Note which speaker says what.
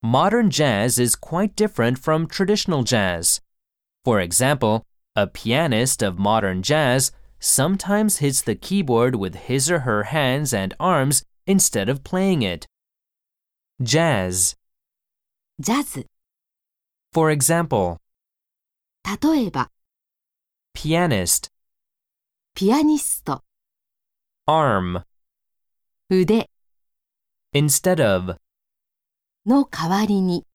Speaker 1: modern jazz is quite different from traditional jazz. For example, a pianist of modern jazz sometimes hits the keyboard with his or her hands and arms instead of playing it. Jazz,
Speaker 2: ジャズ、
Speaker 1: for example,
Speaker 2: 例えば、
Speaker 1: pianist,
Speaker 2: ピアニスト、
Speaker 1: arm,
Speaker 2: 腕
Speaker 1: instead of.
Speaker 2: の代わりに。